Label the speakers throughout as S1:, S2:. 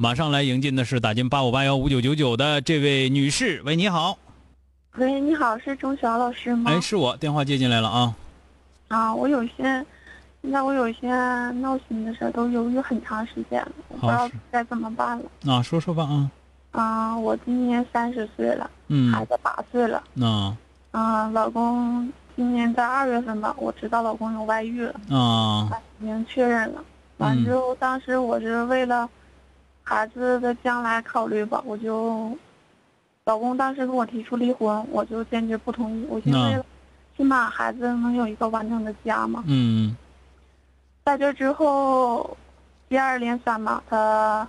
S1: 马上来迎进的是打进八五八幺五九九九的这位女士，喂，你好，
S2: 喂，你好，是钟晓老师吗？
S1: 哎，是我，电话接进来了啊。
S2: 啊，我有些，现在我有些闹心的事儿都犹豫很长时间了，我不知
S1: 好
S2: 道
S1: 是
S2: 该怎么办了。
S1: 啊，说说吧啊，
S2: 啊，我今年三十岁了，
S1: 嗯，
S2: 孩子八岁了。
S1: 那
S2: 啊，老公今年在二月份吧，我知道老公有外遇了，
S1: 啊
S2: 已经确认了。完
S1: 嗯
S2: 之后，当时我是为了孩子的将来考虑吧，我就，老公当时跟我提出离婚，我就坚决不同意。我寻思
S1: 那
S2: 为了起码孩子能有一个完整的家嘛。
S1: 嗯
S2: 在这之后，接二连三吧，他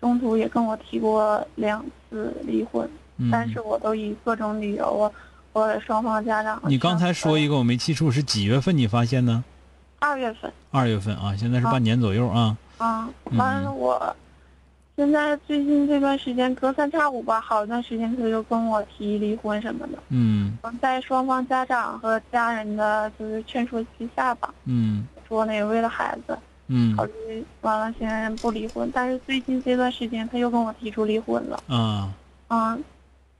S2: 中途也跟我提过两次离婚，
S1: 嗯，
S2: 但是我都以各种理由啊，或者双方家长。
S1: 你刚才说一
S2: 个
S1: 个我没记住，是几月份你发现的？
S2: 二月份，
S1: 二月份啊，现在是
S2: 啊
S1: 半年左右啊。
S2: 啊，完了我，现在最近这段时间隔三差五吧，好一段时间他就跟我提离婚什么的，
S1: 嗯
S2: 在双方家长和家人的就是劝说之下吧，
S1: 嗯
S2: 说呢也为了孩子
S1: 嗯
S2: 考虑，完了先不离婚，但是最近这段时间他又跟我提出离婚了。
S1: 啊
S2: 嗯，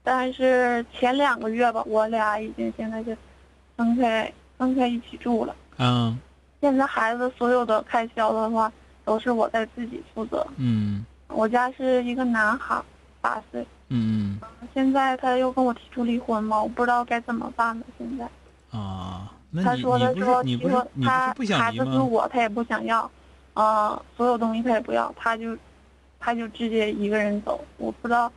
S2: 但是前两个月吧，我俩已经现在就分开分开一起住了。
S1: 啊
S2: 现在孩子所有的开销的话，都是我在自己负责。
S1: 嗯
S2: 我家是一个男孩，八岁。
S1: 嗯
S2: 现在他又跟我提出离婚嘛，我不知道该怎么办了。现在
S1: 啊，那
S2: 他
S1: 你
S2: 说
S1: 你
S2: 的
S1: 不
S2: 说
S1: 是你
S2: 提
S1: 不是
S2: 说
S1: 你不
S2: 他
S1: 是不
S2: 孩
S1: 想离
S2: 子是
S1: 吗？
S2: 我，他也不想要，呃，所有东西他也不要，他就他就直接一个人走，我不知道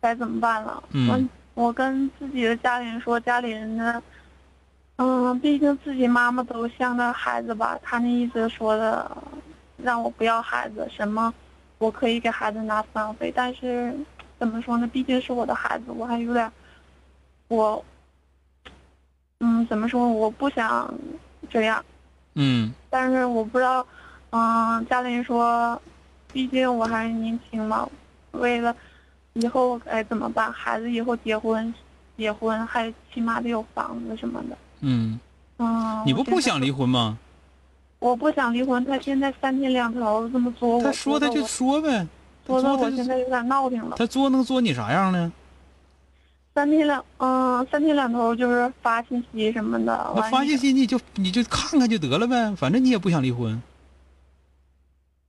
S2: 该怎么办了。
S1: 嗯
S2: 我我跟自己的家里人说，家里人呢，嗯，毕竟自己妈妈都像个孩子吧，他那意思说的，让我不要孩子，什么我可以给孩子拿抚养费，但是怎么说呢，毕竟是我的孩子，我还有点，我，嗯，怎么说，我不想这样。
S1: 嗯
S2: 但是我不知道，嗯、家里人说，毕竟我还是年轻嘛，为了以后该怎么办？孩子以后结婚，结婚还起码得有房子什么的。
S1: 嗯，
S2: 嗯，
S1: 你不
S2: 我现在
S1: 不想离？婚吗？
S2: 我不想离婚，他现在三天两头这么作我，
S1: 他说
S2: 的
S1: 他就说呗，他
S2: 说的
S1: 作
S2: 我
S1: 他
S2: 现
S1: 就
S2: 在有点闹挺了。
S1: 他作能作你啥样呢？
S2: 三天两嗯、三天两头就是发信息什么的，
S1: 那
S2: 完
S1: 发信息你就你就看看就得了呗，反正你也不想离婚，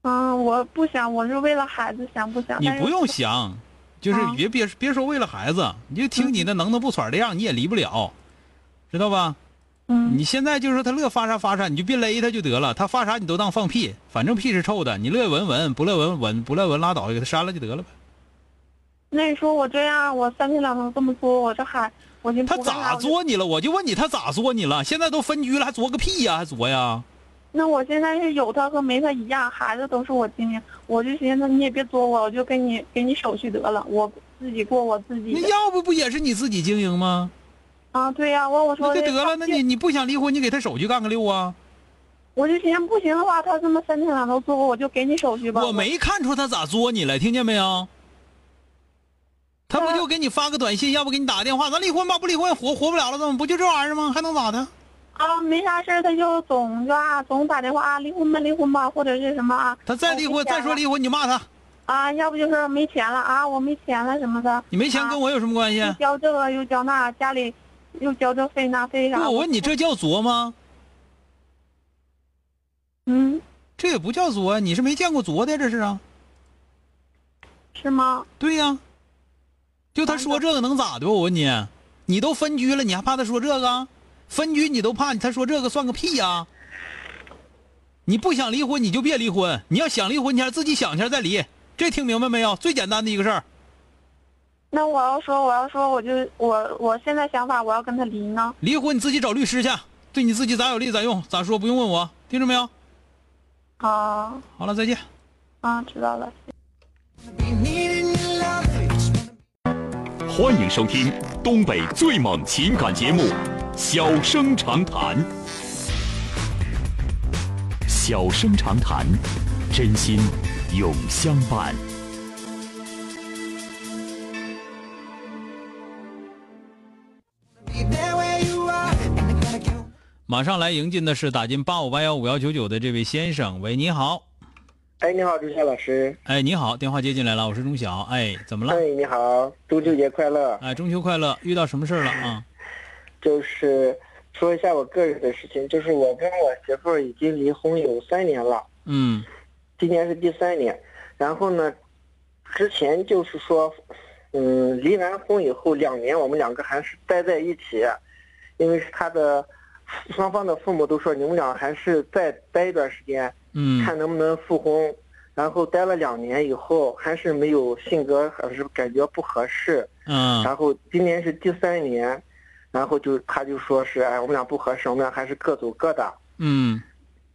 S2: 嗯，我不想，我是为了孩子想不想？
S1: 你
S2: 但是
S1: 不用想，就是
S2: 啊
S1: 别别别说为了孩子，你就听你那能能不喘的样，你也离不了，知道吧？
S2: 嗯
S1: 你现在就是说他乐发啥发啥，你就别勒他就得了。他发啥你都当放屁，反正屁是臭的，你乐闻闻，不乐闻闻，不乐闻拉倒，给他删了就得了呗。
S2: 那你说我这样，我三天两头这么作，我这还我寻思
S1: 他
S2: 不干啥
S1: 咋
S2: 我就
S1: 作你了？我就问你，他咋作你了？现在都分居了，还作个屁呀、还作呀？
S2: 那我现在是有他和没他一样，孩子都是我经营，我就寻思你也别作我，我就给你给你手续得了，我自己过我自己
S1: 那
S2: 的。
S1: 要不不也是你自己经营吗？
S2: 啊，对呀、我我
S1: 那
S2: 说
S1: 就
S2: 的
S1: 得了，那你你不想离婚，你给他手续干个六啊？
S2: 我就寻思不行的话，他这么三天两头作我，我就给你手续吧。
S1: 我没看出他咋作你来，听见没有？他不就给你发个短信，要不给你打个电话，咱离婚吧？不离婚活活不了了，怎么不就这玩意儿吗？还能咋的？
S2: 啊，没啥事儿他就总就啊总打电话啊离婚吧离婚吧，或者是什么啊
S1: 他再离婚，再说离婚，你骂他，
S2: 啊，要不就是没钱了啊，我没钱了什么的，
S1: 你没钱跟我有什么关系？啊
S2: 又交这个又交那，家里又交这费那费啥。
S1: 不，我问你，这叫作吗？
S2: 嗯。
S1: 这也不叫作，你是没见过作的，这是啊。
S2: 是吗？
S1: 啊对呀、就他说这个能咋的吧？我问你，你都分居了，你还怕他说这个？啊分居你都怕他说这个算个屁呀、你不想离婚你就别离婚，你要想离婚前自己想一下再离，这听明白没有？最简单的一个事儿。
S2: 那我要说，我要说，我就我我现在想法，我要跟他离呢。
S1: 离婚你自己找律师去，对你自己咋有利咋用，咋说不用问我，听着没有？
S2: 啊
S1: 好了，再见。
S2: 啊，知道了。
S3: 欢迎收听东北最猛情感节目《小生长谈》。小生长谈，真心永相伴。
S1: 马上来迎进的是打进八五八幺五幺九九的这位先生，喂，你好，
S4: 哎，你好，朱夏老师。
S1: 哎，你好，电话接进来了，我是钟晓，哎，怎么
S4: 哎
S1: 了？，
S4: 你好，中秋节快乐。
S1: 哎，中秋快乐，遇到什么事儿了啊？
S4: 就是说一下我个人的事情，就是我跟我媳妇儿已经离婚有三年了，
S1: 嗯
S4: 今年是第三年。然后呢，之前就是说，嗯，离完婚以后两年，我们两个还是待在一起，因为是他的双方的父母都说你们俩还是再待一段时间，
S1: 嗯
S4: 看能不能复婚。然后待了两年以后，还是没有性格，还是感觉不合适。
S1: 嗯
S4: 然后今年是第三年，然后就他就说是哎，我们俩不合适，我们俩还是各走各的。
S1: 嗯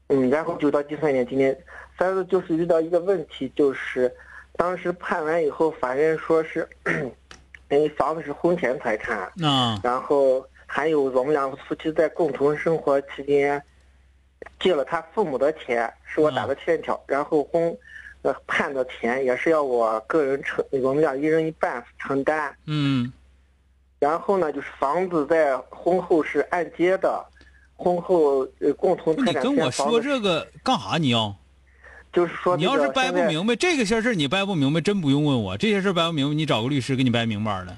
S4: 嗯，然后就到第三年，今年三个就是遇到一个问题，就是当时判完以后，法院说是， 哎，房子是婚前财产，
S1: 啊
S4: 然后还有我们两个夫妻在共同生活期间，借了他父母的钱，是我打的欠条，
S1: 嗯
S4: 然后婚，呃，判的钱也是要我个人承，我们俩一人一半承担。
S1: 嗯
S4: 然后呢，就是房子在婚后是按揭的，婚后呃共同
S1: 不
S4: 财
S1: 你
S4: 产
S1: 跟
S4: 权
S1: 我
S4: 房
S1: 说
S4: 子
S1: 这个干啥？你要
S4: 就是说
S1: 你
S4: 这
S1: 要
S4: 个
S1: 是掰不
S4: 现在
S1: 明白这个些事儿，你掰不明白真不用问我，这些事儿掰不明白，你找个律师给你掰明白了。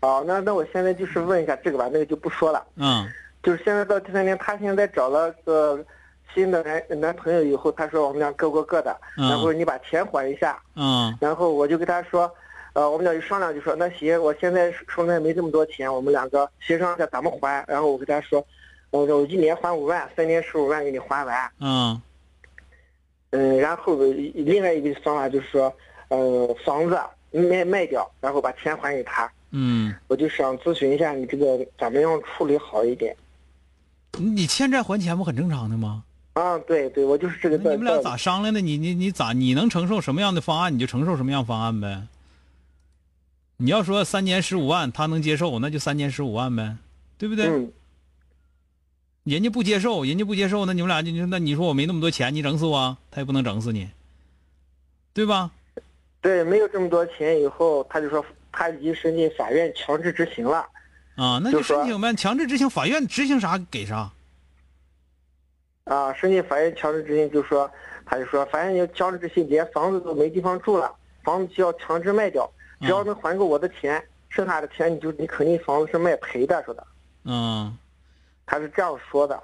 S4: 哦，那那我现在就是问一下这个吧，那个就不说了。
S1: 嗯
S4: 就是现在到第三年，她现在找了个新的男男朋友以后，她说我们俩各过各的，
S1: 嗯
S4: 然后你把钱还一下，
S1: 嗯
S4: 然后我就跟她说，呃，我们俩就商量，就说那行，我现在手里面没这么多钱，我们两个协商一下怎么还。然后我跟她说，我说我一年还五万，三年十五万给你还完。
S1: 嗯
S4: 嗯，然后呃另外一个方法就是说，呃，房子卖卖掉，然后把钱还给他。
S1: 嗯，
S4: 我就想咨询一下你这个怎么样处理好一点
S1: 你欠债还钱不很正常的吗？
S4: 啊？对对，我就是这个
S1: 那
S4: 道
S1: 你
S4: 理。
S1: 们俩咋商量的？你你你咋？你能承受什么样的方案，你就承受什么样方案呗。你要说三年十五万，他能接受，那就三年十五万呗，对不对？
S4: 嗯，
S1: 人家不接受，人家不接受，那你们俩就就那你说我没那么多钱，你整死我，他也不能整死你，对吧？
S4: 对，没有这么多钱以后，他就说他已经申请法院强制执行了。
S1: 啊，那
S4: 就
S1: 就申
S4: 说
S1: 请呗，强制执行，法院执行啥给啥。
S4: 啊，申请法院强制执行，就说他就说法院要强制执行，连房子都没地方住了，房子需要强制卖掉，只要
S1: 嗯
S4: 能还给我的钱，剩下的钱你就你肯定房子是卖赔的，说的，
S1: 嗯，
S4: 他是这样说的。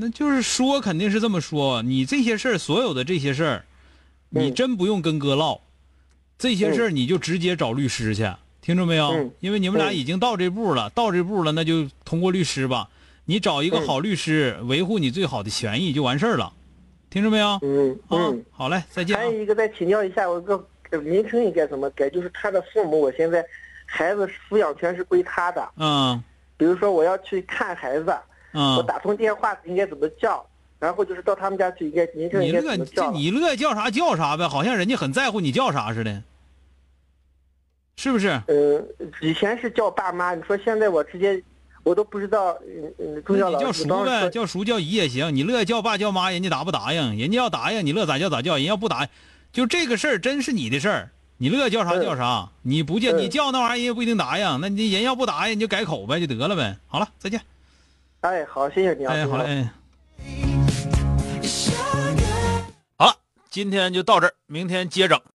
S1: 那就是说肯定是这么说，你这些事儿，所有的这些事儿，你
S4: 嗯
S1: 真不用跟哥唠，这些事儿你就直接找律师去，听着没有
S4: 嗯？
S1: 因为你们俩
S4: 嗯
S1: 已经到这步了，到这步了，那就通过律师吧，你找一个
S4: 嗯
S1: 好律师，维护你最好的权益就完事儿了，听着没有？
S4: 嗯
S1: 啊
S4: 嗯。，哎
S1: 好嘞，再见啊
S4: 还有一个再请教一下，我个呃名称应该怎么改？就是他的父母，我现在孩子抚养权是归他的。
S1: 嗯
S4: 比如说我要去看孩子，我
S1: 嗯，
S4: 打通电话应该怎么叫？然后就是到他们家去应该名称
S1: 你
S4: 应该怎
S1: 乐
S4: 么叫
S1: 这
S4: 了？
S1: 你乐叫啥叫啥呗，好像人家很在乎你叫啥似的，是不是？
S4: 嗯，以前是叫爸妈，你说现在我直接我都不知道，嗯嗯，
S1: 那
S4: 重要
S1: 你
S4: 老
S1: 叫
S4: 师
S1: 叔
S4: 当时
S1: 呗，
S4: 说
S1: 叫叔叫姨也行，你乐意叫爸叫妈，人家答不答应？人家要答应，你乐咋叫咋叫；人要不答应，就这个事儿真是你的事儿，你乐意叫啥
S4: 嗯
S1: 叫啥，你不叫
S4: 嗯
S1: 你叫那玩意儿，人家不一定答应。那你人要不答应，你就改口呗，就得了呗。好了，再见。
S4: 哎，好，谢谢你啊，
S1: 哎，
S4: 钟
S1: 好
S4: 老
S1: 嘞，
S4: 师
S1: 哎，
S5: Sugar.
S1: 好了，今天就到这儿，明天接整。